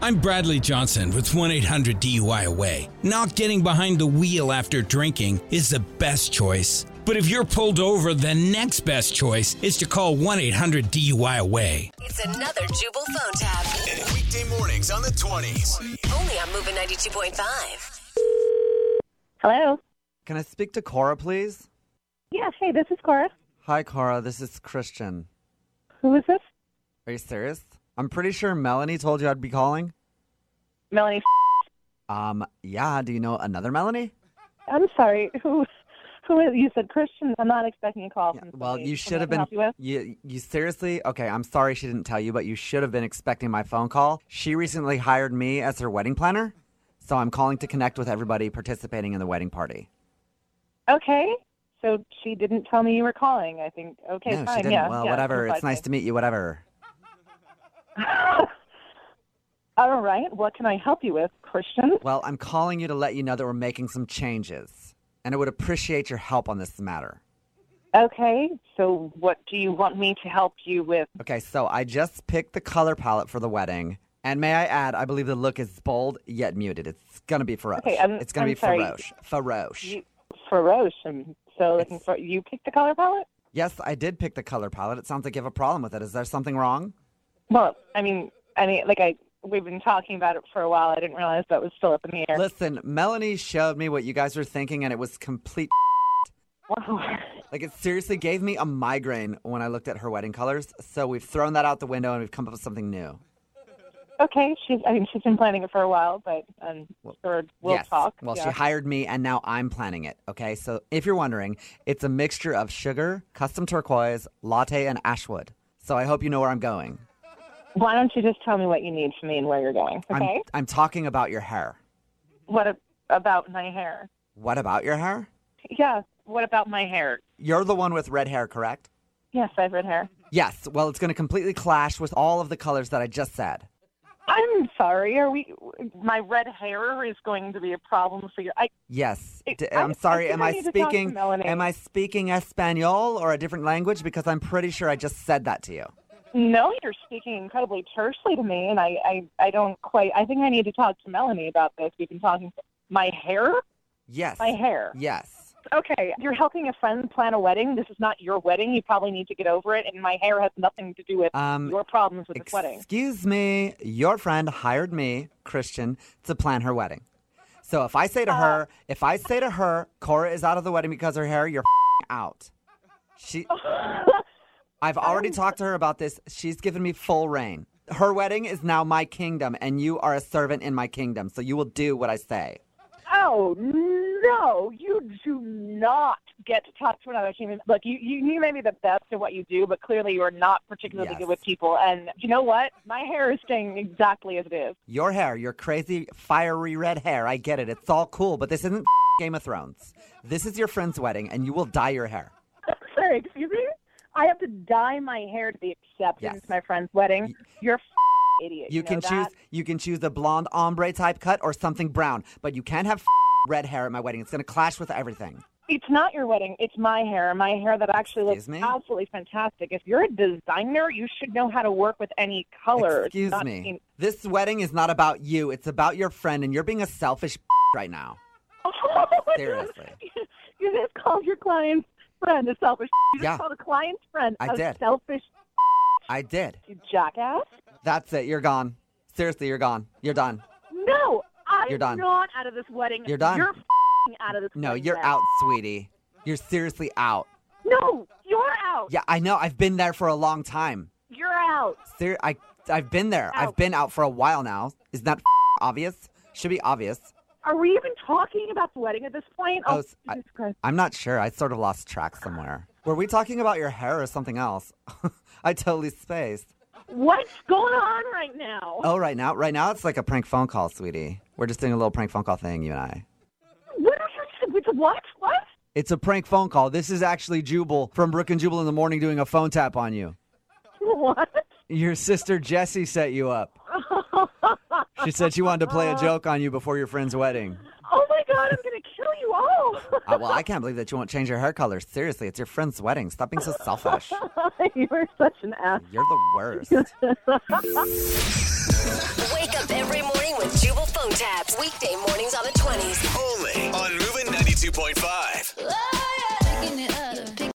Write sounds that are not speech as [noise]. I'm Bradley Johnson with 1 800 DUI Away. Not getting behind the wheel after drinking is the best choice. But if you're pulled over, the next best choice is to call 1 800 DUI Away. It's another Jubal phone tab. Weekday mornings on the 20s. Only on Moving 92.5. Hello. Can I speak to Cora, please? Yeah, hey, this is Cora. Hi, Cora. This is Christian. Who is this? Are you serious? I'm pretty sure Melanie told you I'd be calling. Melanie. F- Um, yeah. Do you know another Melanie? I'm sorry. Who? Who is? You said Christian. I'm not expecting a call. from Well, somebody. you Something should have I can been. help you with? You, you seriously? Okay, I'm sorry she didn't tell you, but you should have been expecting my phone call. She recently hired me as her wedding planner, so I'm calling to connect with everybody participating in the wedding party. Okay. So she didn't tell me you were calling. I think. Okay, no, fine. she didn't. Yeah. well, yeah, whatever. seems It's nice like to meet you. Whatever. it. [laughs] All right. What can I help you with, Christian? Well, I'm calling you to let you know that we're making some changes, and I would appreciate your help on this matter. Okay. So what do you want me to help you with? Okay, so I just picked the color palette for the wedding. And may I add, I believe the look is bold yet muted. It's gonna be Faroche. Okay, I'm- it's gonna I'm be sorry. Faroche. Faroche. You, Feroche. I'm so looking for. You picked the color palette. Yes, I did pick the color palette. It sounds like you have a problem with it. Is there something wrong? Well, I mean, I mean, like I. We've been talking about it for a while. I didn't realize that was still up in the air. Listen, Melanie showed me what you guys were thinking, and it was complete. [laughs] Wow. [laughs] Like it seriously gave me a migraine when I looked at her wedding colors. So we've thrown that out the window, and we've come up with something new. Okay, she's. I mean, she's been planning it for a while, but um, sure, we'll yes. talk. Well, she yeah. hired me, and now I'm planning it. Okay, so if you're wondering, it's a mixture of sugar, custom turquoise, latte, and ashwood. So I hope you know where I'm going. Why don't you just tell me what you need from me and where you're going? Okay. I'm, I'm talking about your hair. What a, about my hair? What about your hair? Yeah. What about my hair? You're the one with red hair, correct? Yes, I've red hair. Yes. Well, it's going to completely clash with all of the colors that I just said. I'm sorry. Are we? My red hair is going to be a problem for you. I. Yes. It- D- I- I'm I sorry. think am I I need to talk to speaking? Melanie. Am I speaking Espanol or a different language? Because I'm pretty sure I just said that to you. No, you're speaking incredibly tersely to me, and I. I, I don't quite. I think I need to talk to Melanie about this. We've been talking. My hair. Yes. My hair. Yes. Okay, you're helping a friend plan a wedding. This is not your wedding. You probably need to get over it. And my hair has nothing to do with Um, your problems with this wedding. Excuse me, your friend hired me, Christian, to plan her wedding. So if I say to her, Oh. if I say to her, Cora is out of the wedding because her hair, you're fing out. [laughs] She, I've already talked to her about this. She's given me full reign. Her wedding is now my kingdom, and you are a servant in my kingdom. So you will do what I say. Oh no, you do not get to talk to another human. Look, you, you you may be the best at what you do, but clearly you are not particularly Yes. good with people. And you know what? My hair is staying exactly as it is. Your hair, your crazy fiery red hair. I get it. It's all cool, but this isn't Game of Thrones. This is your friend's wedding, and you will dye your hair. [laughs] Sorry, excuse me. I have to dye my hair to be accepted Yes. into my friend's wedding. You're a idiot. You know can that? choose. You can choose a blonde ombre type cut or something brown, but you can't have [laughs] f- red hair at my wedding. It's gonna clash with everything. It's not your wedding. It's my hair. My hair that actually looks Excuse me? absolutely fantastic. If you're a designer, you should know how to work with any color. It's Excuse not- me. This wedding is not about you. It's about your friend, and you're being a selfish [laughs] right now. Seriously. [laughs] you just called your client's friend a selfish. [laughs] You just Yeah. called a client's friend I a did. selfish. I did. You jackass. That's it. You're gone. Seriously, you're gone. You're done. No, I'm You're done. not out of this wedding. You're done. You're f***ing out of this. No, wedding you're now. out, sweetie. You're seriously out. No, you're out. Yeah, I know. I've been there for a long time. You're out. Ser- I, I've been there. Out. I've been out for a while now. Isn't that [laughs] f- obvious? Should be obvious. Are we even talking about the wedding at this point? Oh, Oh, s- I- Jesus Christ. I'm not sure. I sort of lost track somewhere. Were we talking about your hair or something else? [laughs] I totally spaced. What's going on right now? Oh, right now, right now it's like a prank phone call, sweetie. We're just doing a little prank phone call thing, you and I. What are you? It's a what? What? [laughs] It's a prank phone call. This is actually Jubal from Brook and Jubal in the morning doing a phone tap on you. What? Your sister Jessie set you up. She said she wanted to play a joke on you before your friend's wedding. Oh my god, I'm gonna kill you all. [laughs] Uh, well, I can't believe that you won't change your hair color. Seriously, it's your friend's wedding. Stop being so selfish. you are such an ass. You're the worst. Wake up every phone taps. Weekday mornings on the 20s. Only on Moving 92.5. Oh, yeah. Taking it